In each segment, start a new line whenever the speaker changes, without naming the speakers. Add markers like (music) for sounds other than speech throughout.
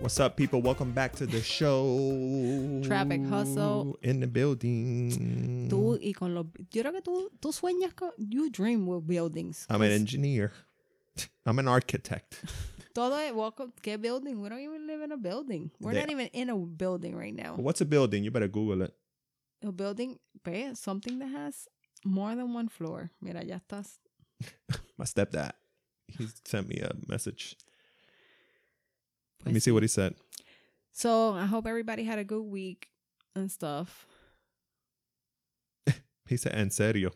What's up, people? Welcome back to the show.
Traffic Hustle.
In the building.
Tú y con los... Yo creo que tú, tú sueñas con... You dream with buildings.
I'm an engineer. (laughs) I'm an architect.
Todo es... Welcome, ¿Qué building? We don't even live in a building. We're
They-
not even in a building right now.
What's a building? You better Google it.
A building... Ve, something that has more than one floor. Mira, ya estás...
My stepdad. He sent me a message. Let
pues,
me see what he said.
So, I hope everybody had a good week and stuff.
He said, "En serio,"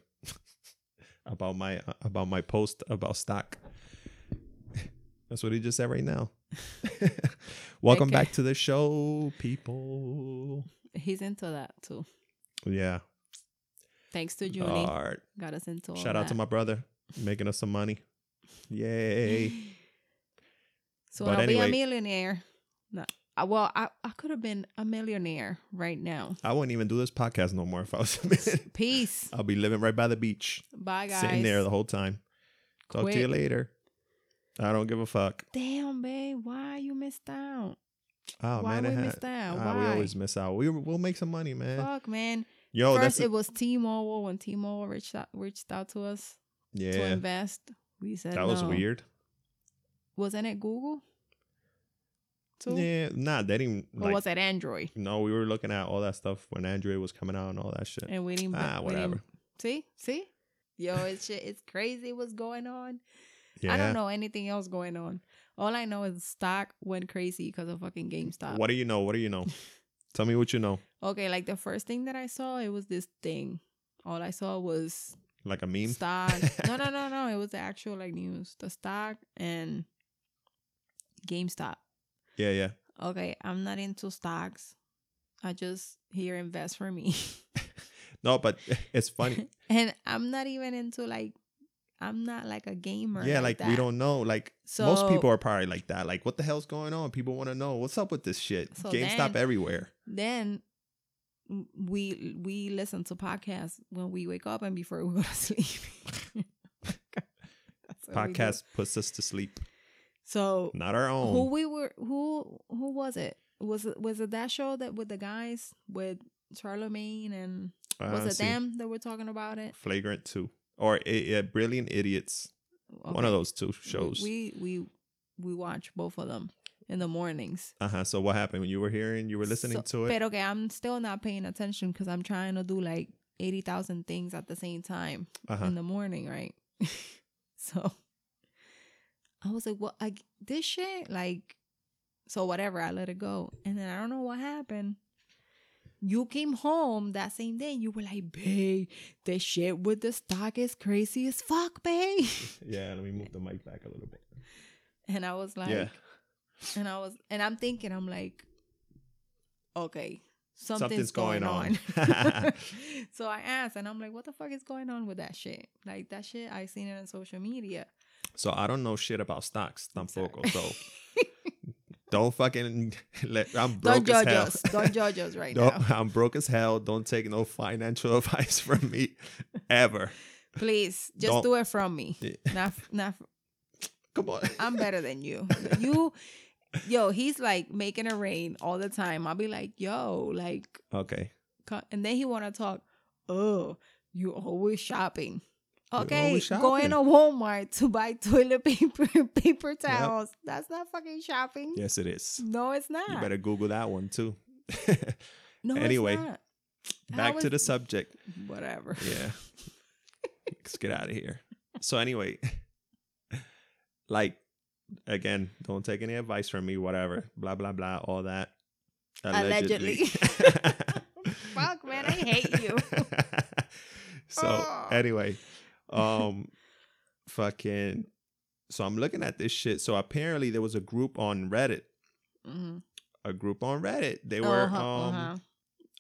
(laughs) about my about my post about stock. That's what he just said right
(laughs)
now. Welcome
Okay.
back to the show, people.
He's into that, too.
Yeah,
Thanks to Junie.
Alright.
Got us into all
Shout out to
that.
my brother making us some money.
(laughs)
Yay!
(gasps) So
But
I'll be
anyway-
a millionaire. No, I- well, I, I could have been a millionaire right now.
I wouldn't even do this podcast no more if I was a man.
(laughs) Peace.
I'll be living right by the beach,
Bye, guys.
sitting there the whole time. Talk to you
Quit.
later. I don't give a fuck.
Damn, babe. Why you missed out?
Oh
Why
man,
we
I ha-
missed out?
Ah, we
Why?
always miss out. We we'll make some money, man.
Fuck, man.
Yo, that's
First,
the-
it was T-Mobile when T-Mobile reached out, reached out to us to
yeah.
invest. We said
That was
no.
weird.
Wasn't it Google? Too?
Yeah, nah, they didn't.
Or
Like,
was it Android?
no, we were looking at all that stuff when Android was coming out and all that shit.
And we didn't.
Ah,
we didn't-
whatever.
See, see. Yo, it's shit. It's crazy what's going on.
Yeah.
I don't know anything else going on. All I know is stock went crazy because of fucking GameStop.
What do you know? What do you
(laughs)
know? Tell me what you know.
Okay, like the first thing that I saw, it was this thing. All I saw was
Like a meme?
stock. no, no,
(laughs)
no, no. It was the actual like news. The stock and GameStop.
Yeah, yeah.
Okay, I'm not into stocks. I just here invest for me. (laughs)
No, but (laughs) it's funny.
and I'm not even into like I'm not like a gamer.
yeah, like,
like,
we
that.
don't know. Like most
So-
people are probably like that. Like, what the hell's going on? People want to know what's up with this shit.
So
GameStop
then-
everywhere.
then w- we we listen to podcasts when we wake up and before we go
(laughs)
to (laughs) sleep. That's what we do.
Podcast puts us to sleep.
So
Not our own.
who we were who who was it? Was it was it that show that with the guys with Charlemagne and
Uh,
was it
let's see.
them that were talking about it?
Flagrant two or I- uh, Brilliant Idiots. One
Okay.
of those two shows.
We we we watch both of them in the mornings.
uh huh. So what happened when you were hearing? You were listening
So-
to it.
But okay, I'm still not paying attention because I'm trying to do like eighty thousand things at the same time.
Uh huh.
in the morning, right? (laughs) so I was like, "What? I, this shit?" Like, so whatever. I let it go, and then I don't know what happened. You came home that same day. And you were like, "Babe, this shit with the stock is crazy as fuck, babe."
Yeah. Let me move the mic back a little bit.
(laughs) And I was like,
yeah.
and I was, and I'm thinking, I'm like, okay, something's,
Something's
going,
going on."
on.
(laughs)
(laughs) so I asked, and I'm like, what the fuck is going on with that shit? Like that shit, I seen it on social media.
So I don't know shit about stocks tampoco.
(laughs)
So
Sorry.
don't fucking. (laughs) Let, I'm
don't
broke as
judge
hell.
us.
(laughs)
Don't judge us right
No,
now,
(laughs) I'm broke as hell. Don't take no financial (laughs) advice from me ever.
please. Just
Don't-
do it from me.
Yeah.
Not, not.
Come
(laughs)
on.
I'm better than you. You, yo, he's like making it rain all the time. I'll be like, yo, like
Okay.
co- and then he want to talk. Oh, you always shopping.
You
Okay,
always shopping.
going to Walmart to buy (laughs) toilet paper, and paper towels. That's not fucking shopping.
Yes, it is.
No, it's not.
You better Google that one too. (laughs)
no,
anyway,
it's not.
Back to
was-
the subject.
whatever.
Yeah. Let's get out of here. So anyway, (laughs) like again, don't take any advice from me. Whatever. Blah blah blah. All that.
(laughs)
Allegedly. (laughs)
(laughs) Fuck, man, I hate you.
so
Oh.
anyway, um, fucking. So I'm looking at this shit. So apparently there was a group on Reddit.
Mhm.
A group on Reddit. They were.
Uh-huh,
um,
uh-huh.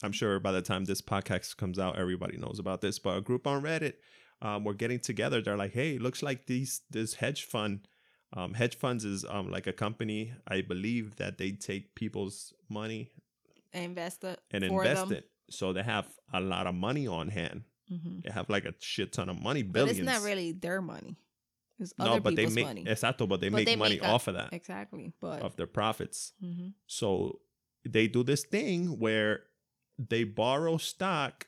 I'm sure by the time this podcast comes out, everybody knows about this. But a group on Reddit, um, we're getting together. They're like, "Hey, looks like these this hedge fund, um, hedge funds is um like a company, I believe that they take people's money
invest it
and
for
invest
them.
it. So they have a lot of money on hand.
Mhm.
Mm-hmm. They have like a shit ton of money,
But
billions.
it's not really their money. It's
no,
other
but they
people's
make
money.
exacto, but they
But
make
they
money
make a-
off of that,
Exactly. But
of their profits.
mhm.
So they do this thing where they borrow stock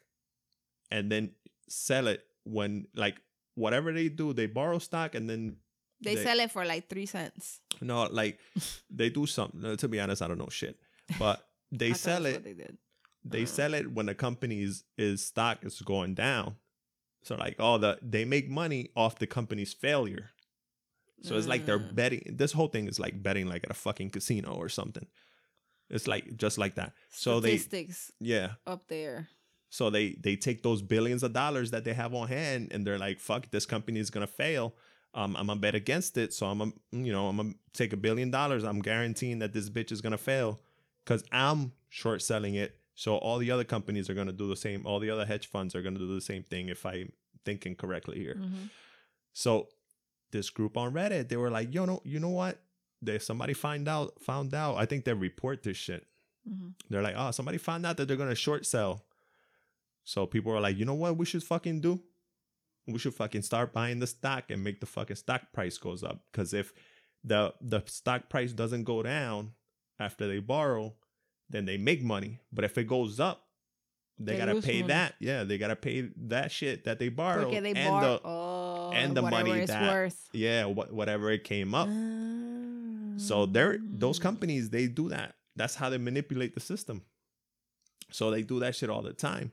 and then sell it when like whatever they do, they borrow stock and then
they,
They-
sell it for like three cents.
no, like
(laughs)
they do something. no, To be honest, I don't know shit, but
I
they
thought
sell
that's
it.
what They did.
they sell it when the company's is stock is going down. So like all the they make money off the company's failure. So it's like they're
Ah.
betting. This whole thing is like betting like at a fucking casino or something. It's like just like that. So they
statistics
yeah.
up there.
So they they take those billions of dollars that they have on hand and they're like, fuck, this company is gonna fail. Um, I'm gonna bet against it. So I'm gonna, you know, I'm gonna take a billion dollars. I'm guaranteeing that this bitch is gonna fail because I'm short selling it. So all the other companies are gonna do the same. All the other hedge funds are gonna do the same thing if I'm thinking correctly here.
Mhm.
So this group on Reddit, they were like, yo, no, you know what? They somebody find out found out. I think they report this shit.
Mhm.
They're like, oh, somebody found out that they're gonna short sell. So people are like, you know what we should fucking do? We should fucking start buying the stock and make the fucking stock price goes up. Cause if the the stock price doesn't go down after they borrow, then they make money. But if it goes up, they,
They
gotta
lose
pay
money.
that. Yeah, they gotta pay that shit that they borrowed.
Porque they
and
borrow
the-
oh,
and the
whatever
money
it's
that-
worth.
yeah, wha- whatever it came up. So they're those
Ah.
companies, they do that. That's how they manipulate the system. So they do that shit all the time.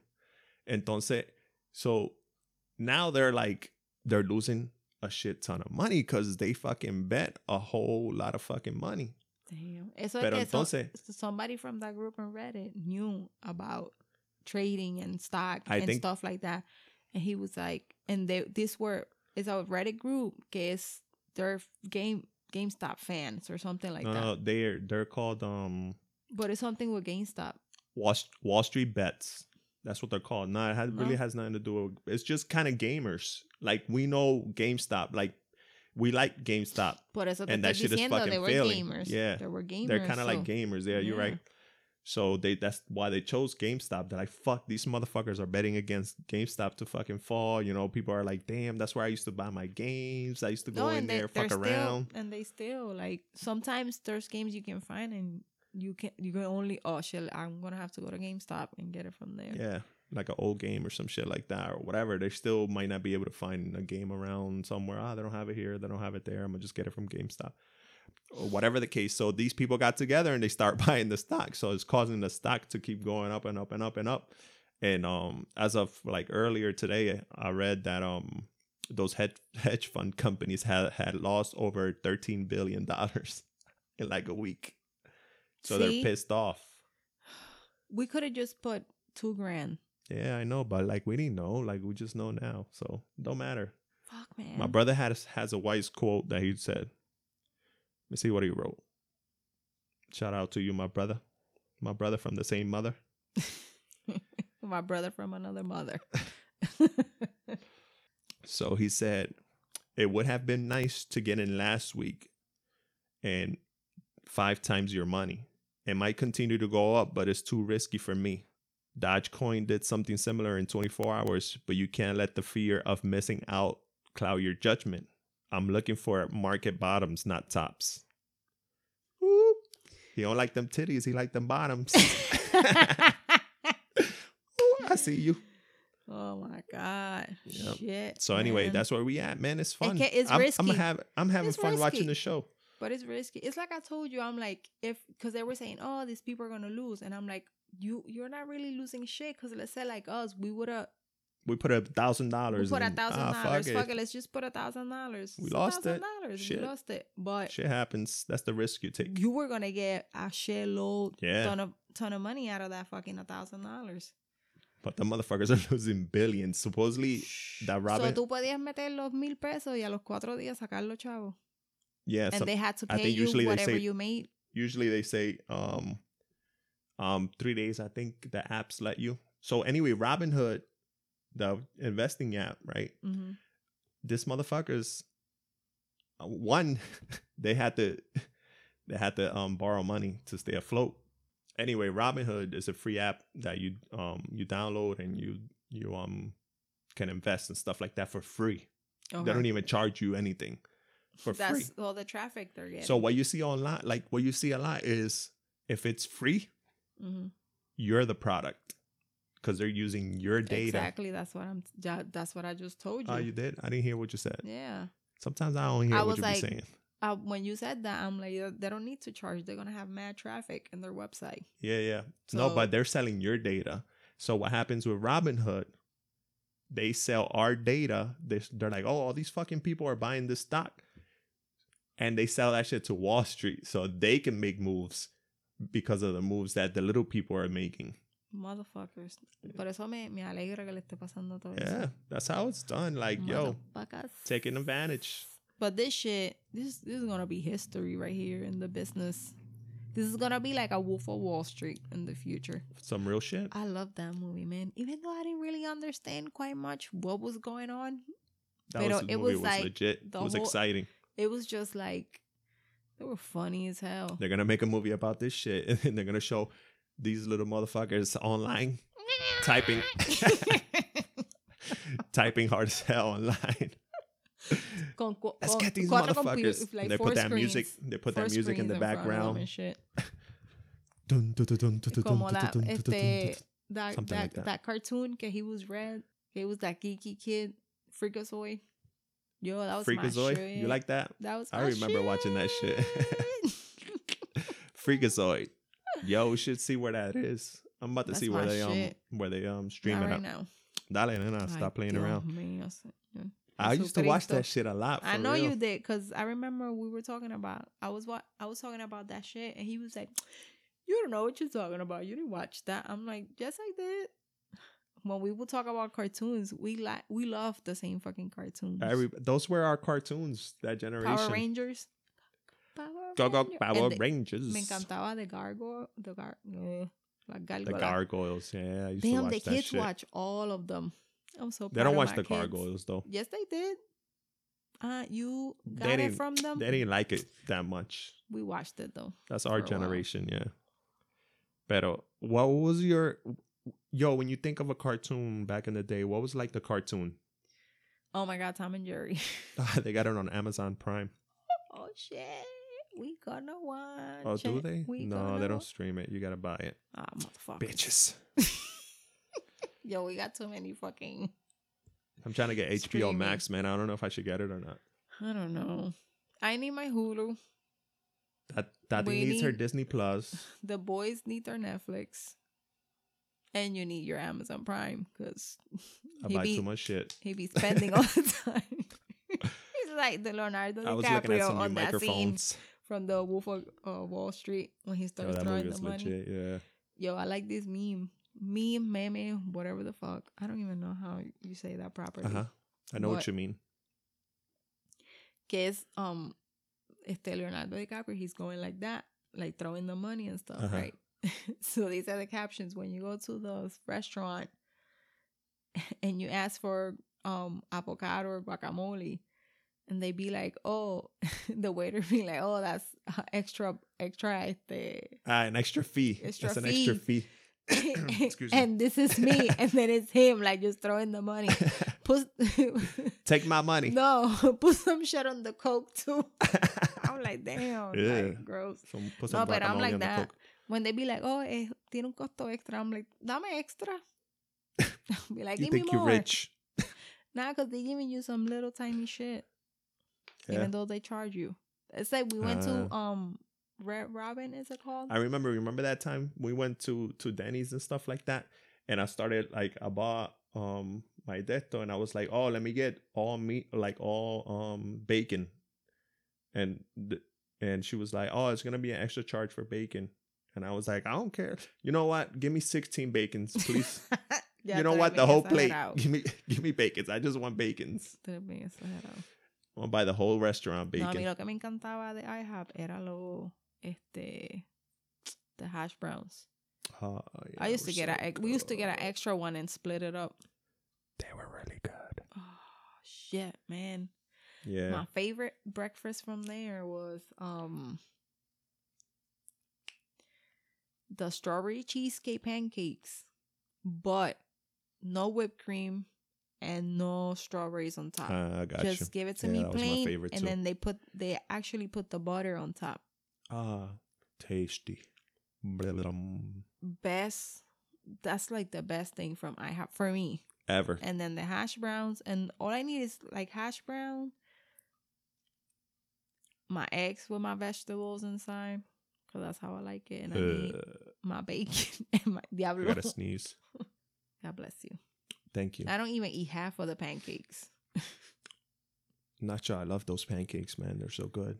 Entonces, so now they're like they're losing a shit ton of money because they fucking bet a whole lot of fucking money.
Damn. Eso
Pero
es que so-
entonces-
so somebody from that group on Reddit knew about trading and stock
I
and
think-
stuff like that. And he was like, and they this were it's a Reddit group que es their game GameStop fans or something like
no,
that.
no, they're they're called um
But it's something with GameStop.
Wall, Wall Street bets. That's what they're called. No, it has, really
No.
has nothing to do with. It's just kind of gamers. Like we know GameStop. Like we like GameStop.
Por eso te
And
estoy
that shit is
diciendo they
fucking
were
failing.
gamers.
Yeah.
They were gamers.
They're kind of
so-
like gamers. Yeah, you're
yeah.
right. So they that's why they chose GameStop. They're like, fuck, these motherfuckers are betting against GameStop to fucking fall. You know, people are like, damn, that's where I used to buy my games. I used to go in there,
they're
fuck around.
Still, and they still like sometimes there's games you can find and you can you can only oh shit I'm gonna have to go to GameStop and get it from there.
yeah, like an old game or some shit like that or whatever. They still might not be able to find a game around somewhere. Ah, they don't have it here. They don't have it there. I'm gonna just get it from GameStop. Or whatever the case. So these people got together and they start (laughs) buying the stock. So it's causing the stock to keep going up and up and up and up. And um, as of like earlier today, I read that um, those hedge (laughs) hedge fund companies had had lost over thirteen billion dollars (laughs) in like a week. So
See?
they're pissed off.
We could have just put two grand.
Yeah, I know, but like we didn't know, like we just know now, so don't matter.
Fuck man. (laughs)
My brother has has a wise quote that he said. Let me see what he wrote. Shout out to you, my brother, my brother from the same mother.
My brother from
(laughs)
another mother. (laughs)
So he said, "It would have been nice to get in last week, and five times your money. It might continue to go up, but it's too risky for me." Dogecoin did something similar in 24 hours, but you can't let the fear of missing out cloud your judgment. I'm looking for market bottoms, not tops. Woo. He don't like them titties. He like them bottoms. (laughs) Ooh, I see you.
oh my god.
Yep.
Shit.
So anyway,
man.
that's where we at, man. It's fun.
Okay, it's
I'm,
risky.
I'm have I'm having
It's
fun watching
risky.
the show.
But it's risky. It's like I told you, I'm like, if because they were saying, oh, these people are gonna lose, and I'm like, you you're not really losing shit. Because let's say like us, we would have
We put a thousand
we
dollars.
put a
in.
thousand
Ah,
dollars. Fuck it, let's just put a thousand dollars.
We
It's
lost it.
$1,000. We
Shit.
lost it. But
Shit happens. That's the risk you take.
you were gonna get a shitload
Yeah.
ton of ton of money out of that fucking a thousand dollars.
but the motherfuckers are (laughs) losing billions. Supposedly that Robin.
So tú podías meter los mil pesos y a los cuatro días sacar los chavos,
yeah.
and
some-
they had to
I
pay
think
you
usually they
whatever
say-
you made.
usually they say um um three days. I think the apps let you. So anyway, Robinhood, the investing app, right?
hmm
This motherfuckers. uh, One, (laughs) they had to, (laughs) they had to um borrow money to stay afloat. Anyway, Robinhood is a free app that you um you download and you you um can invest and stuff like that for free. They don't even charge you anything. for free.
That's all the traffic they're getting.
So what you see online, like what you see a lot, is if it's free,
Mhm.
you're the product because they're using your data.
exactly that's what I'm. ja- That's what I just told you.
Oh, you did? I didn't hear what you said.
yeah.
Sometimes I don't hear
I
what
was
you
like-
be saying.
Uh, when you said that, I'm like, "They- they don't need to charge. They're gonna have mad traffic in their website.
Yeah, yeah. no,
So-
but they're selling your data. So what happens with Robinhood? They sell our data. They, they're like, oh, all these fucking people are buying this stock, and they sell that shit to Wall Street, so they can make moves because of the moves that the little people are making.
Motherfuckers. Por eso me, me alegra que le esté pasando todo
Yeah,
eso.
that's how it's done. Like,
Oh
yo,
Motherfuckers.
taking advantage.
But this shit, this this is gonna be history right here in the business. This is gonna be like a Wolf of Wall Street in the future.
Some real shit.
I love that movie, man. Even though I didn't really understand quite much what was going on,
That
Pero
was,
it
it
was
was,
like
legit. It
the
was
whole-
exciting.
it was just like they were funny as hell.
They're gonna make a movie about this shit, (laughs) and they're gonna show these little motherfuckers online (laughs) typing. (laughs) typing hard as hell
(laughs)
online.
(laughs) Con cu-
Let's
con-
get these
cuatro
motherfuckers.
computer- like
they
four
put that music.
screens-
They put
four
that music in
screen
the
front of them and
background.
shit.
Dun, dun, dun, dun, dun, dun,
Como
dun,
la-
dun, dun, dun, dun,
este- That,
Something
that,
like that.
that. cartoon que he was red. It was that geeky kid, Freakazoid. Yo, that
dun.
was my
Freakazoid.
shit.
You like
(laughs)
that?
that was
I
my
remember watching that shit. (laughs) Freakazoid. Yo, we should see where that is. I'm about to
That's
see where
my
they
shit.
um where they um
Not
stream it
right
up.
now.
Dale, nena,
Ay,
stop playing
Dios
around.
mío, señor.
I used to watch
Jesucristo.
that shit a lot.
I
for
know
real.
you did, cause I remember we were talking about. I was what I was talking about that shit, and he was like, "You don't know what you're talking about. You didn't watch that." I'm like, "Yes, I did." When we will talk about cartoons, we like we love the same fucking cartoons.
Every, those were our cartoons that generation.
Power Rangers. Power
Go go
Ranger-
Power
and the-
Rangers.
Me encantaba the gargoyle, the gar, eh, la
The
gárgola.
gargoyles. Yeah, I used to
Damn,
watch
the
that
kids
shit.
watch all of them. I'm so.
They
proud
don't
of
watch
my
the
kids.
gargoyles though.
Yes, they did. Uh, you
They
got it
didn't-
from them.
They didn't like it that much.
We watched it though.
That's our
Um, For a while.
generation, yeah. Pero what was your yo, when you think of a cartoon back in the day, what was like the cartoon? (laughs)
Oh my god, Tom and Jerry. (laughs)
they got it on Amazon Prime.
oh shit, we gonna watch.
Oh, do
it.
they?
We
No,
gonna
they don't
watch-
stream it. You gotta buy it.
Ah, motherfucker. (laughs)
Bitches.
Yo, we got too many fucking.
I'm trying to get HBO
Streaming.
Max, man. I don't know if I should get it or not.
I don't know. I need my Hulu.
That Daddy
We
needs her
need-
Disney Plus.
The boys need their Netflix, and you need your Amazon Prime because
I
he
buy
be
too much shit.
he be spending
(laughs)
all the time. (laughs) He's like the Leonardo
I was looking at
DiCaprio
some new
on that scene
microphones.
from the Wolf of uh, Wall Street when he
Yo,
starts
that
throwing
movie
the
was
money.
legit, yeah.
Yo, I like this meme. Meme, meme, whatever the fuck. I don't even know how you say that properly.
Uh-huh. I know what
But-
you mean.
Que es um este Leonardo DiCaprio, he's going like that, like throwing the money and stuff,
Uh-huh.
right? (laughs) so these are the captions. When you go to the restaurant (laughs) and you ask for um avocado or guacamole, and they be like, oh, (laughs) the waiter be like, oh, that's uh, extra, extra este
Ah, an extra fee.
Extra
That's an extra fee. (coughs) Excuse me.
and this is
(laughs)
me, and then it's him, like just throwing the money. (laughs) Put
Take my money.
no, (laughs) put some shit on the coke too. (laughs) I'm like, damn,
Yeah.
like, gross.
(laughs) Some, put
No,
some
but I'm
guacamole
like
on the
that.
Coke.
When they be like, oh, eh, tiene un costo extra, I'm like, dame extra. (laughs) I'll be like,
You
give me
think
more.
you're rich?
Nah, cause they giving you some little tiny shit,
Yeah. Uh.
even though they charge you. It's like we went to um Red Robin, is it called?
I remember. Remember that time we went to to Denny's and stuff like that, and I started like I bought um my desto, and I was like, oh, let me get all meat, like all um bacon, and th- and she was like, oh, it's gonna be an extra charge for bacon, and I was like, I don't care. You know what? Give me sixteen bacons,
(laughs)
please.
Ya
you know
te
what?
ven
The whole plate.
exagerado.
(laughs) Give me give me bacons. I just want bacons.
(laughs) Te ven exagerado.
I want to buy the whole restaurant
No, uh, a mí
bacon.
lo que me encantaba de IHOP era lo este the hash browns.
Oh, yeah,
I used to
we're
get
so
an ex- we used to get an
good.
extra one and split it up.
They were really good.
Oh shit, man.
Yeah.
My favorite breakfast from there was um the strawberry cheesecake pancakes, but no whipped cream and no strawberries on top.
Uh, I got you.
Just give it to
Yeah,
me
that was my
plain,
favorite
and
too.
then they put they actually put the butter on top.
Ah, tasty. Blum.
Best, that's like the best thing from IHOP for me.
Ever.
And then the hash browns, and all I need is like hash brown, my eggs with my vegetables inside, cause that's how I like it, and I need
Ugh,
my bacon (laughs) and my
I
diablo.
Uh. gotta sneeze.
God bless you.
Thank you.
I don't even eat half of the pancakes.
Nacho, I love those pancakes, man. They're so good.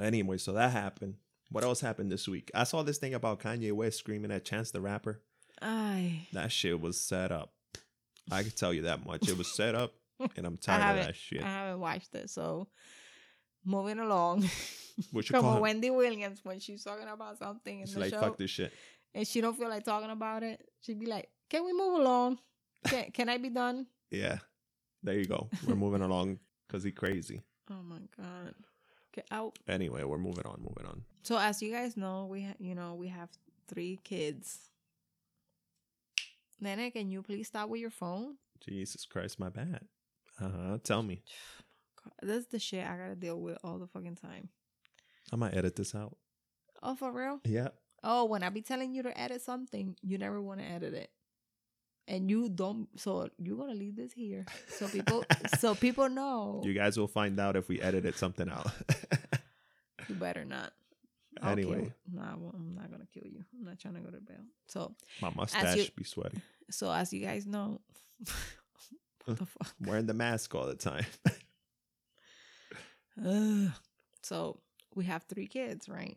Anyway, so that happened. What else happened this week? I saw this thing about Kanye West screaming at Chance the Rapper.
I
That shit was set up. I can tell you that much. It was set
(laughs)
up, and I'm tired of
haven't-
that shit.
I haven't watched it, so moving along. (laughs)
What you
From
call him?
Wendy Williams when she's talking about something in
It's
the
like
show,
fuck this shit.
and she don't feel like talking about it. She'd be like, "Can we move along? Can, can I be done?"
Yeah, there you go. We're
(laughs)
moving along because he crazy.
Oh my god. Get out.
Anyway, we're moving on. Moving on.
So as you guys know, we ha- you know we have three kids. Nene, can you please stop with your phone?
Jesus Christ, my bad. Uh huh. Tell me.
God, this is the shit I gotta deal with all the fucking time.
I might edit this out.
Oh, for real?
Yeah.
Oh, when I be telling you to edit something, you never want to edit it, and you don't. So you're gonna leave this here, so people,
(laughs)
so people know.
You guys will find out if we edited something out. (laughs)
You better not. kill-
Anyway.
no, I won't- I'm not gonna kill you. I'm not trying to go to bail. So,
my mustache
you-
be sweaty.
so as you guys know, (laughs) what the fuck?
Wearing the mask all the time. (laughs)
Ugh. So we have three kids, right?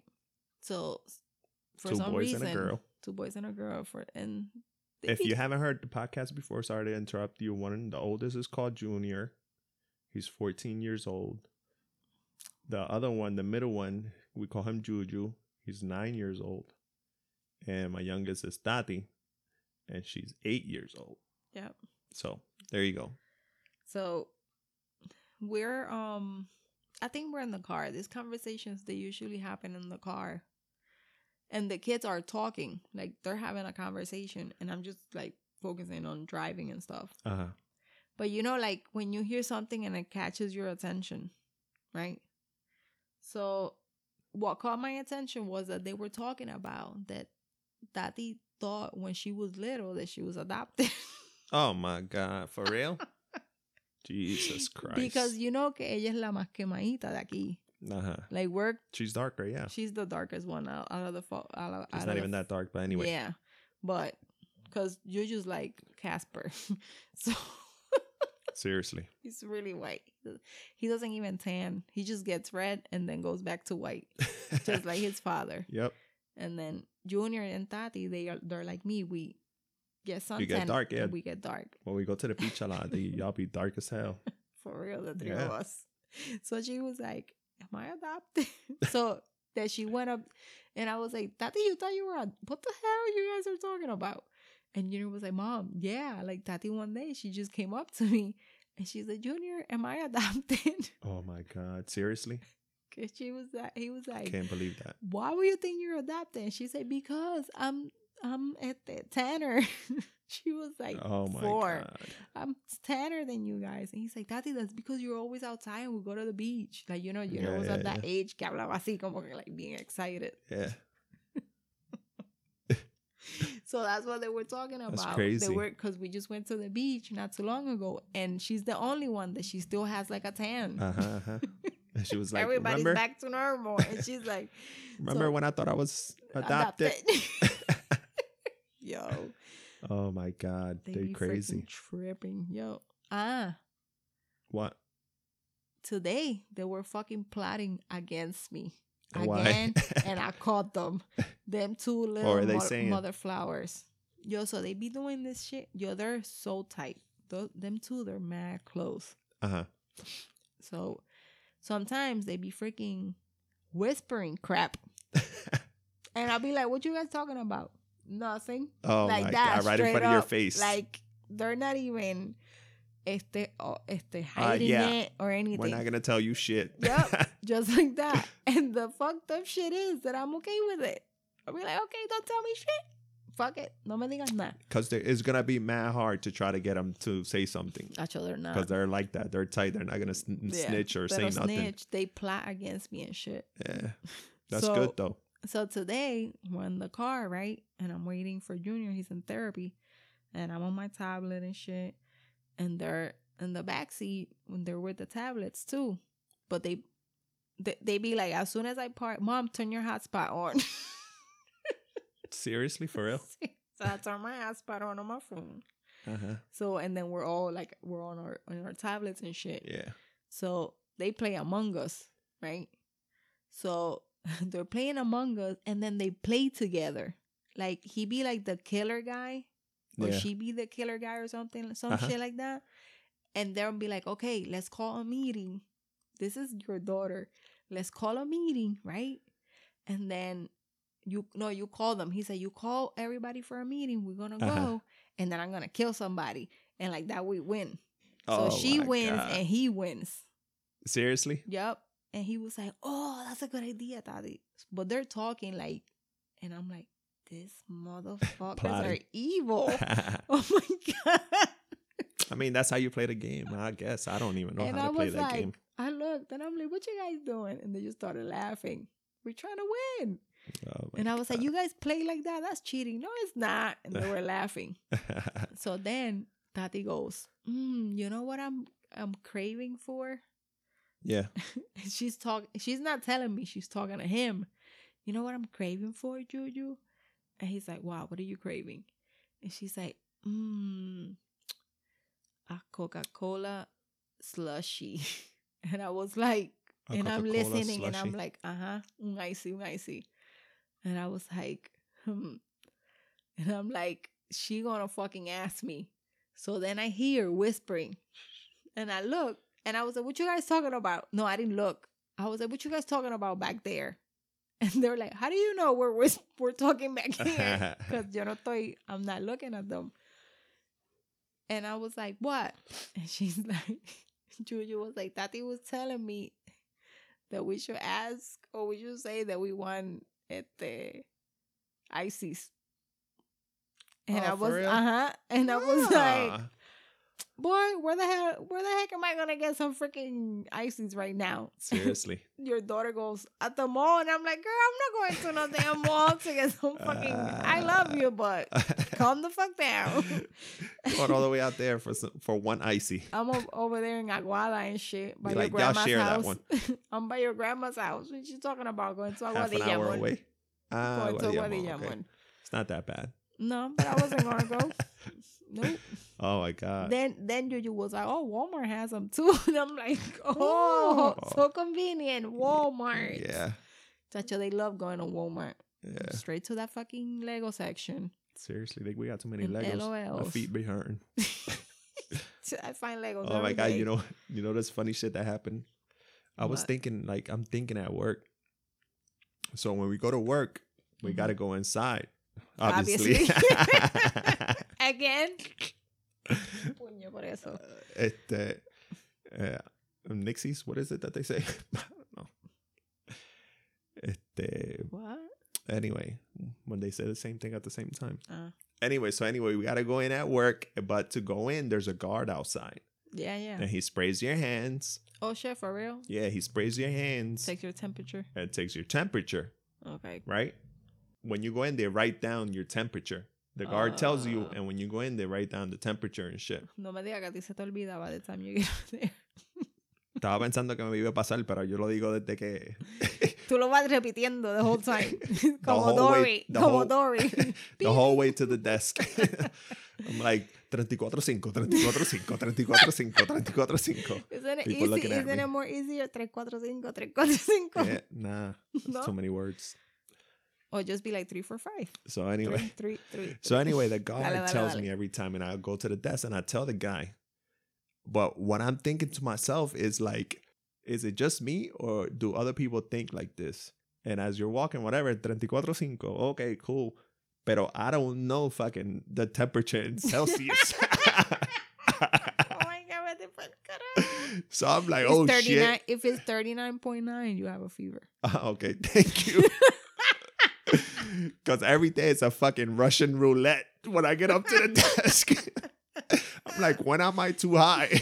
So s- for
Two
some
boys
reason,
and a girl.
two boys and a girl. For and they
If
be- (laughs)
you haven't heard the podcast before, sorry to interrupt you. One, the oldest is called Junior. He's 14 years old. The other one, the middle one, we call him Juju. He's nine years old. And my youngest is Tati, and she's eight years old.
Yep.
So there you go.
So we're um I think we're in the car. These conversations they usually happen in the car. And the kids are talking, like they're having a conversation and I'm just like focusing on driving and stuff.
Uh huh.
But you know like when you hear something and it catches your attention, right? So what caught my attention was that they were talking about that Daddy thought when she was little that she was adopted. (laughs)
Oh my God, for real? Jesus Christ.
Because you know que ella es la más quemadita de aquí.
uh huh.
Like we're
She's darker, yeah.
she's the darkest one out, out of the fo- out of, out
It's
of
not
the
even
f-
that dark, but anyway.
Yeah, but because Juju's like Casper, (laughs) so
Seriously.
he's really white. He doesn't even tan. He just gets red and then goes back to white, just like his father.
(laughs) Yep.
And then Junior and Tati, they are they're like me. We get suntan.
You get dark, yeah.
and We get dark.
When we go to the beach a lot,
(laughs)
they, y'all be dark as hell.
for real, the three
Yeah.
of us. So she was like, Am I adopted? (laughs) so that she went up and I was like, Tati, you thought you were ad- what the hell you guys are talking about? And Junior was like, Mom, yeah, like Tati one day she just came up to me and she's like, Junior, am I adopted? (laughs)
Oh my God. Seriously?
Cause she was like he was
I
like
can't believe that.
Why would you think you're adopted? And she said, Because I'm I'm at the Tanner. (laughs) she was like
Oh my
four.
God.
I'm tanner than you guys. And he's like, Daddy, that's because you're always outside and we go to the beach. Like, you know, you know,
Yeah,
was
yeah,
at that age que hablaba así, como que like being excited.
Yeah.
So that's what they were talking about.
That's crazy.
They were because we just went to the beach not too long ago, and she's the only one that she still has like a tan.
Uh
(laughs)
huh. Uh-huh. And she was like,
Everybody's
remember,
back to normal, and she's like,
remember
so-
when I thought I was (laughs) adopted?
adopted. (laughs) Yo,
(laughs) oh my God.
they
They
be
crazy.
crazy tripping. Yo, ah,
What?
today they were fucking plotting against me.
Why? (laughs)
Again and I caught them. Them two little
are they
mo-
saying?
mother flowers. Yo, so they be doing this shit. Yo, they're so tight. Tho- them two, they're mad close.
uh huh.
So sometimes they be freaking whispering crap. And I'll be like, what you guys talking about? Nothing.
(laughs) Oh
like
my
that.
God. Right in
straight
front of your
up.
face.
Like, they're not even este, oh, este
Uh,
hiding
yeah.
it or anything.
We're not going to tell you shit. (laughs)
Yep. just like that. And the fucked up shit is that I'm okay with it. I'll be like, okay, don't tell me shit. fuck it, no me digas nada.
because it's gonna be mad hard to try to get them to say something
Acho, they're not.
because they're like that. They're tight. They're not gonna sn-
Uh, Yeah,
snitch or say
pero
nothing.
snitch, they plot against me and shit.
Yeah, that's
So-
good though.
So today, we're in the car, right? And I'm waiting for Junior. He's in therapy, and I'm on my tablet and shit. And they're in the back seat when they're with the tablets too. But they, they, they be like, as soon as I park, mom, turn your hotspot on.
Seriously, (laughs) for
(laughs)
real.
so I turn my hotspot on on my phone.
Uh-huh.
So and then we're all like, we're on our on our tablets and shit.
Yeah.
So they play Among Us, right? So (laughs) they're playing Among Us and then they play together. Like he be like the killer guy or
Yeah.
she be the killer guy or something, some
Uh-huh.
shit like that. And they'll be like, okay, let's call a meeting. This is your daughter. Let's call a meeting, right? And then you no, you call them. He said, you call everybody for a meeting. We're gonna
Uh-huh.
go, and then I'm gonna kill somebody, and like that we win.
Oh
so she
my
wins
God.
and he wins.
Seriously.
Yep. And he was like, "Oh, that's a good idea, Daddy." But they're talking like, and I'm like, "These motherfuckers
(laughs)
are
Plotting.
evil."
(laughs)
(laughs)
I
oh my god!
mean, that's how you play the game. I guess I don't even know
and
how
I
to play
was
that
like,
game.
I looked, and I'm like, "What you guys doing?" And they just started laughing. We're trying to win.
Oh my
and I was like,
God.
"You guys play like that? That's cheating." No, it's not. And
(laughs)
they were laughing. So then Tati goes, mm, "You know what I'm I'm craving for?"
yeah.
And (laughs) she's talk she's not telling me she's talking to him you know what i'm craving for juju and he's like wow what are you craving and she's like mmm a coca-cola slushy (laughs) and i was like
A
and i'm
Coca-Cola
listening and i'm
slushy.
like uh-huh un icy un icy and i was like hmm and i'm like she gonna fucking ask me so then i hear whispering and i look and i was like what you guys talking about no i didn't look i was like what you guys talking about back there (laughs) and they're like how do you know we're whis- we're
(laughs)
talking back here because yo no estoy i'm not looking at them and i was like what (laughs) and she's like (laughs) juju was like tati was telling me that we should ask or we should say that we won at the ISIS. And
Oh,
I
for
was
real?
uh huh, and I was like,
Ah,
boy, where the hell, where the heck am I gonna get some freaking ISIS right now?
seriously.
Your daughter goes at the mall, and I'm like, girl, I'm not going to no damn mall to get some fucking. I
Ah.
love you, but (laughs) calm the fuck down.
(laughs) Going all the way out there for some, for one icy.
(laughs) I'm o- over there in Aguada and shit by
Be
your
like, "Y'all
grandma's
share that
house. (laughs) I'm by your grandma's house. What you talking about? Going
(laughs)
to
half an
Aguadilla,
hour
mon.
away. Ah,
Going to
Guadiamo,
Aguadilla,
okay.
mon.
It's not that bad.
No, but I wasn't
(laughs)
gonna go. Nope.
Oh my god.
then then Juju was like, "Oh, Walmart has them too," (laughs) and I'm like, "Oh,
Oh.
so convenient, Walmart."
Yeah.
Chacho, they love going to Walmart.
Yeah.
Straight to that fucking
(laughs)
Lego section. (laughs)
Seriously, like we got too many
And
Legos. My
LOLs.
feet be hurting.
I find Legos.
Oh my
every
god,
day.
you know you know this funny shit that happened? I was
What?
thinking like I'm thinking at work. So when we go to work, we
Mhm.
gotta go inside. Obviously.
Obviously. (laughs) again. Puño por eso.
(laughs) este, eh, Nixies, what is it that they say? (laughs) I don't know. Este,
What?
anyway, when they say the same thing at the same time.
Uh,
Anyway, so anyway, we got to go in at work, but to go in, there's a guard outside
yeah, yeah.
and he sprays your hands.
Oh shit, for real?
Yeah, he sprays your hands
Take your temperature.
and takes your temperature,
Okay.
right? When you go in, they write down your temperature. The guard tells you,
Ah.
and when you go in, they write down the temperature and shit.
No me digas que a ti se te olvida by the time you get out there.
Estaba pensando que me iba a pasar, pero yo lo digo desde que
(laughs) Tú lo vas repitiendo the whole time.
(laughs) whole
(laughs) Como
way-
Dory.
the
Como
whole-
Dory.
(laughs)
(laughs)
the whole way to the desk. (laughs) I'm like, 34.5, 34.5, 34.5,
(laughs)
34.5.
Isn't it
People
easy?
looking at
Isn't
me.
it more easier? 345,
(laughs)
345.
Yeah, nah,
(laughs) No?
that's too many words.
Or just be like 345.
So anyway,
Three, three, three.
so anyway, the
(laughs) Dale,
guard
dale,
tells
dale.
me every time, and I go to the desk and I tell the guy. But what I'm thinking to myself is like, is it just me or do other people think like this? And as you're walking, whatever, 34.5, okay, cool. Pero I don't know fucking the temperature
(laughs)
in Celsius. (laughs)
Oh my God, what the fuck? carajo.
so I'm like, (laughs)
It's
oh
39
shit. (laughs)
If it's 39.9, you have a fever.
okay, thank you. Because every day it's a fucking Russian roulette when I get up to the
(laughs)
desk. (laughs) I'm like, when am I too high? (laughs)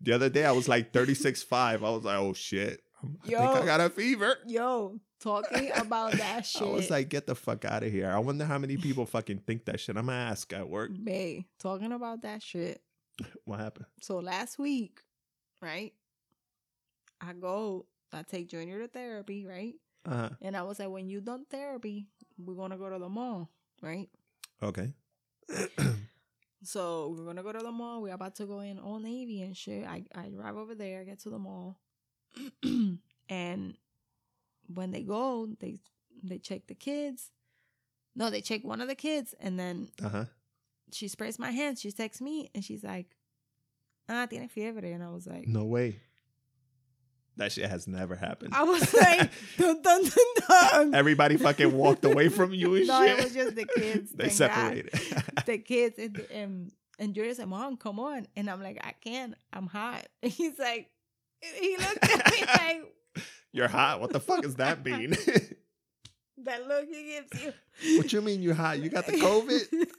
the other day I was like 36.5. I was like, oh shit. I think I
Yo.
got a fever. (laughs)
Yo, talking about that shit.
I was like, get the fuck out of here. I wonder how many people fucking think that shit. I'm gonna ask at work
Mm. Bae, talking about that shit.
what happened.
So last week, right? I go, I take Junior to therapy, right?
Uh
And I was like, when you done therapy, we're gonna go to the mall, right?
okay. (clears throat) Uh-huh.
So we're gonna go to the mall. We're about to go in Old Navy and shit. I, I drive over there, I get to the mall. (clears throat) and when they go, they they check the kids. No, they check one of the kids and then
Uh-huh.
she sprays my hands. She texts me and she's like, Ah, tiene fiebre. And I was like,
No way. That shit has never happened.
I
(laughs)
was like, (laughs) dun dun dun dun. (laughs)
Everybody fucking walked away from you and
no,
shit.
it was just the kids.
(laughs) they
thank God.
separated.
(laughs)
(laughs)
the kids and the- and and Julius said, "Mom, come on!" And I'm like, "I can't. I'm hot." (laughs) And he's like, he looked
(laughs)
at me like
you're hot. What the fuck does that
(laughs)
mean?
that look he gives you.
what you mean you're hot? You got the COVID?
(laughs)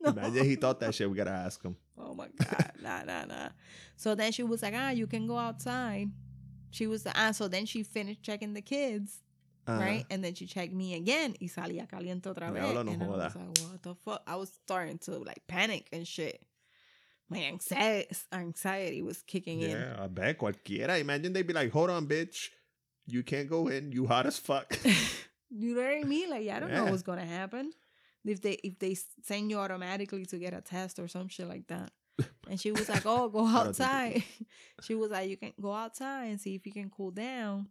No.
Imagine he thought that shit. We gotta ask him.
Oh my god, nah, nah, nah. So then she was like, "Ah, you can go outside." She was ah. So then she finished checking the kids.
Uh-huh.
right? And then she checked me again. Y salía caliente otra vez.
Diablo, no
and I was
joda.
like, what the fuck? I was starting to like panic and shit. My anxiety, anxiety was kicking
Yeah, I bet cualquiera. Imagine they'd be like, "Hold on, bitch, you can't go in. You hot as
(laughs)
fuck." (laughs)
in. you know what I mean? Like, I don't know
Yeah.
what's gonna happen. If they if they send you automatically to get a test or some shit like that. And she was like,
(laughs)
Oh, go
don't think they
outside. (laughs) she was like, You can go outside and see if you can cool down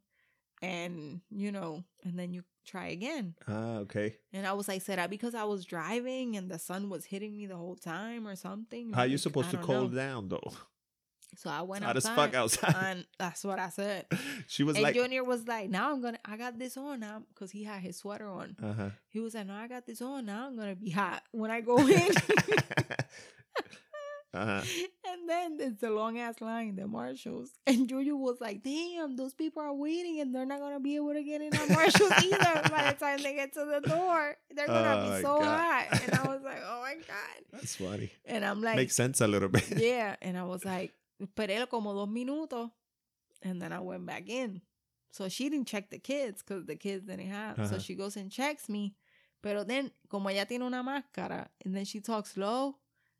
and you know, and then you try again.
ah, okay.
And I was like, said I because I was driving and the sun was hitting me the whole time or something.
How you
Like,
supposed
I
to
don't
cool
know.
down though? (laughs)
So I went
Hot as
outside.
fuck outside. (laughs)
And that's what I said.
she was
And
like, (laughs)
Junior was like, now I'm gonna, I got this on now because he had his sweater on.
"Uh
(laughs)
huh."
He was like, now I got this on. Now I'm gonna be hot when I go
(laughs)
in. (laughs)
uh huh.
and then it's the long ass line, the marshals. And Junior was like, damn, those people are waiting and they're not gonna be able to get in on marshals either by the time they get to the door. They're gonna
Oh my
be so
God.
hot.
(laughs)
And I was like, oh my God.
That's funny.
And I'm like,
Makes sense a little (laughs) bit.
yeah. And I was like, esperé como dos minutos. And then I went back in. So she didn't check the kids because the kids didn't have. So
Uh-huh.
she goes and checks me. Pero then, como ella tiene una máscara, and then she talks low.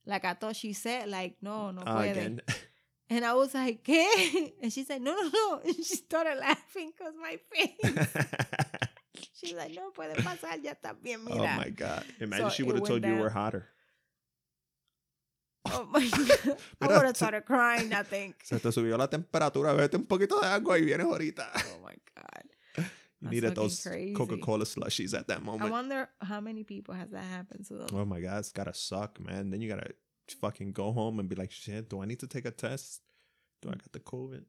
Like I thought she said, like, no, no
Ah,
puede.
again.
And I was like, (laughs) ¿qué? And she said, no, no, no. (laughs) And she started laughing because my
(laughs)
face. (laughs) She's like, no puede pasar, ya está bien,
oh
mira.
my god! Imagine she
it
would have told
went
you
down.
were
(laughs)
hotter. (laughs)
Oh my God. I
Mira,
would have
se-
started crying, I think.
(laughs) Se te subió la temperatura. Bébete un poquito de agua y vienes ahorita.
oh my God.
(laughs) You
That's
needed
fucking
those
crazy.
Coca Cola slushies at that
I
moment.
wonder how many people has that happened to them.
oh my god, it's gotta suck, man. Then you gotta fucking go home and be like, shit. Do I need to take a test? Do I got the COVID?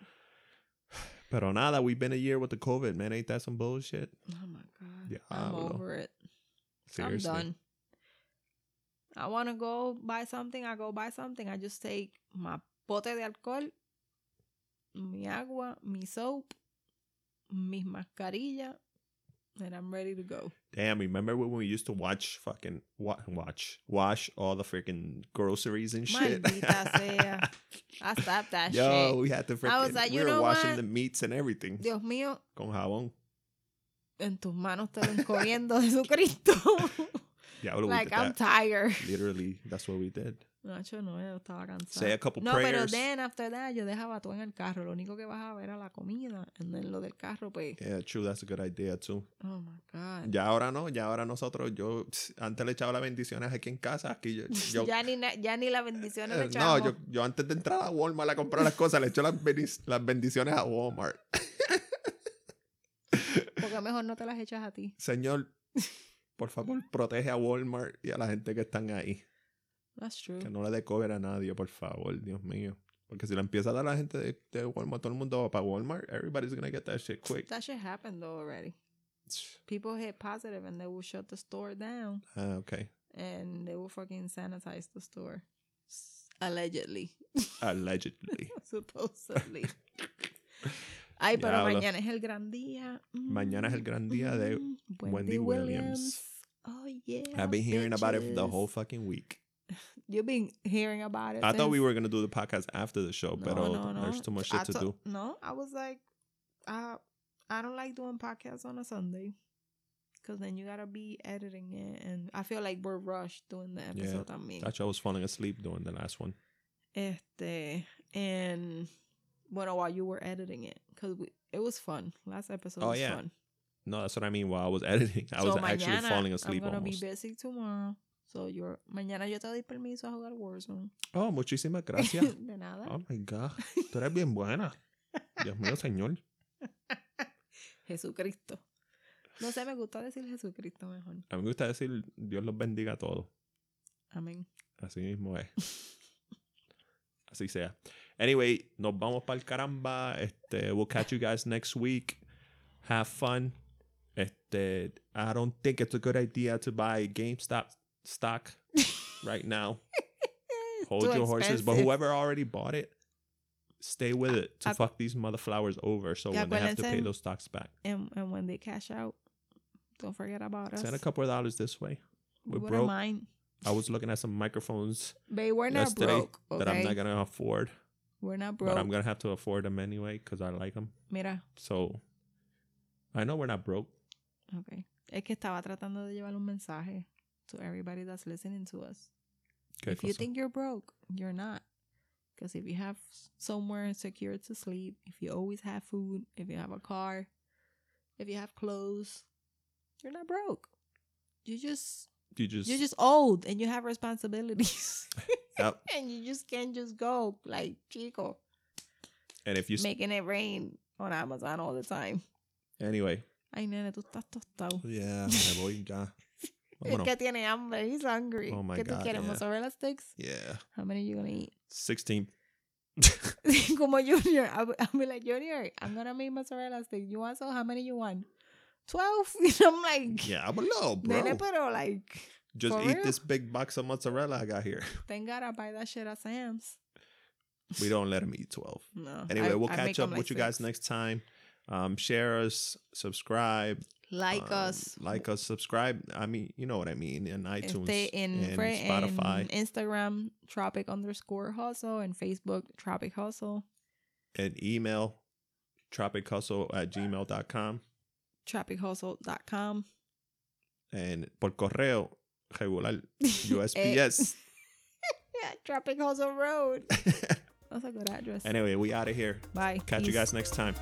(sighs) Pero nada, we've been a year with the COVID, man. Ain't that some bullshit?
oh my god, I'm
Diablo.
over it.
Seriously.
I'm done. I want to go buy something. I go buy something. I just take my pote de alcohol, mi agua, mi soap, mis mascarilla, and I'm ready to go.
Damn, remember when we used to watch fucking wa- watch wash all the freaking groceries and shit?
Maldita
(laughs)
sea. I stopped that
Yo,
shit.
we had to freaking.
I was like,
we
you
were
know
washing
what?
the meats and everything.
Dios mío,
Con jabón.
en tus manos te lo encomiendo,
(laughs)
(laughs) Jesucristo.
Yeah, we
like
did
I'm
that.
tired.
Literally, that's what we did.
Nacho, no, yo estaba cansada.
Say a couple
No, pero
prayers.
then after that yo dejaba todo en el carro. Lo único que bajaba era la comida. And then lo del carro, pues.
Yeah, true. That's a good idea too.
Oh my God.
Ya ahora no, ya ahora nosotros, yo pss, antes le echaba las bendiciones aquí en casa, aquí
(laughs)
yo, yo-
ya, ni na- ya ni las bendiciones
eh,
de
no,
chavo.
yo, yo antes de entrar a Walmart a comprar las cosas, le echo las, beni- las bendiciones a Walmart. (laughs)
Porque mejor no te las echas a ti. (laughs)
Señor, por favor, protege a Walmart y a la gente que están ahí.
That's true.
Que no le dé cover a nadie, por favor, Dios mío. Porque si le empieza a dar a la gente de, de Walmart, todo el mundo va para Walmart, everybody's gonna get that shit quick.
That shit happened though already. People hit positive and they will shut the store down
Ah, okay.
and they will fucking sanitize the store. Allegedly. (laughs)
Allegedly. (laughs)
Supposedly. Ay, pero
Diablo.
mañana es el gran día. Mm,
Mañana es el gran día de
mm,
Wendy Williams.
Oh yeah.
I've been hearing about it for the whole
bitches.
fucking week.
You've been hearing about it.
I thought we
since-
were gonna do the podcast after the show, but oh, there's too much shit
I
to
to-
do.
No, I was like, I I don't like doing podcasts on a Sunday because then you gotta be editing it, and I feel like we're rushed doing the
Yeah,
episode. I mean,
Actually, I was falling asleep during the last one.
este, and bueno, while you were editing it, because it was fun. Last episode
Oh,
was
yeah.
fun.
No, that's what I mean. While I was (laughs) editing, I was actually
mañana
falling asleep
I'm gonna
almost.
be busy tomorrow. So you're mañana yo te doy permiso a jugar Warzone.
Oh, muchísimas gracias.
(laughs) De nada.
oh my god, tú eres bien
(laughs)
buena. Dios mío, señor.
Jesucristo. No sé, me gusta decir Jesucristo mejor.
A mí me gusta decir Dios los bendiga a todos.
Amén. (laughs)
Así mismo es. Así sea. Anyway, nos vamos para el caramba. Este, we'll catch you guys next week. Have fun. Este, I don't think it's a good idea to buy GameStop stock right now. Hold
Too
your horses. But
expensive.
whoever already bought it, stay with it to
I-
fuck these motherflowers over. So
Yeah,
when they have to pay
acuérdense.
those stocks back,
And, and when they cash out, don't forget about us.
send a couple of dollars this way.
we
We're
wouldn't
broke.
mind.
I was looking at some microphones
Babe, we're not
yesterday
broke. Okay?
that I'm not gonna afford.
we're not broke.
But I'm gonna have to afford them anyway because I like them.
Mira,
So I know we're not broke.
okay. Es que estaba tratando de llevar un mensaje to everybody that's listening to us.
¿Qué
if you
cosa?
think you're broke, you're not. Because if you have somewhere secure to sleep, if you always have food, if you have a car, if you have clothes, you're not broke. You just
you just,
you're just old and you have responsibilities. (laughs)
Yep.
and you just can't just go like Chico
and
(laughs)
if you s-
making it rain on Amazon all the time.
anyway.
Ay, nene, tú estás tostado.
Yeah, me voy (laughs) ya.
El
Vámonos.
que tiene hambre, he's hungry.
Oh my
¿Qué tú
God,
quieres?
yeah.
Mozzarella sticks?
Yeah,
How many are you gonna eat? (laughs)
sixteen.
Como Junior. I'll be, I'll be like, Junior, I'm gonna make mozzarella sticks. You want so? How many you want? 12? (laughs) I'm like,
Yeah, I'm a little bro.
nene, pero like,
just
for
eat
real?
this big box of mozzarella I got here.
thank God I buy that shit at Sam's.
We don't let them eat twelve.
No.
Anyway,
I-
we'll
I make
catch
'em
up
like
with you guys
six.
next time. Um, share us, subscribe,
Like
um,
us.
like us, subscribe. I mean, you know what I mean. In iTunes,
Stay in,
and
Fre- in
Spotify,
Instagram, Tropic underscore hustle, and Facebook, Tropic hustle,
an email tropichustle at gmail.com
(laughs) tropichustle.com.
and por correo regular
Eh.
USPS.
(laughs) yeah, Tropic Hustle Road. That's a good
(laughs)
address.
anyway, we out of here.
Bye.
Catch you
Peace.
guys next time.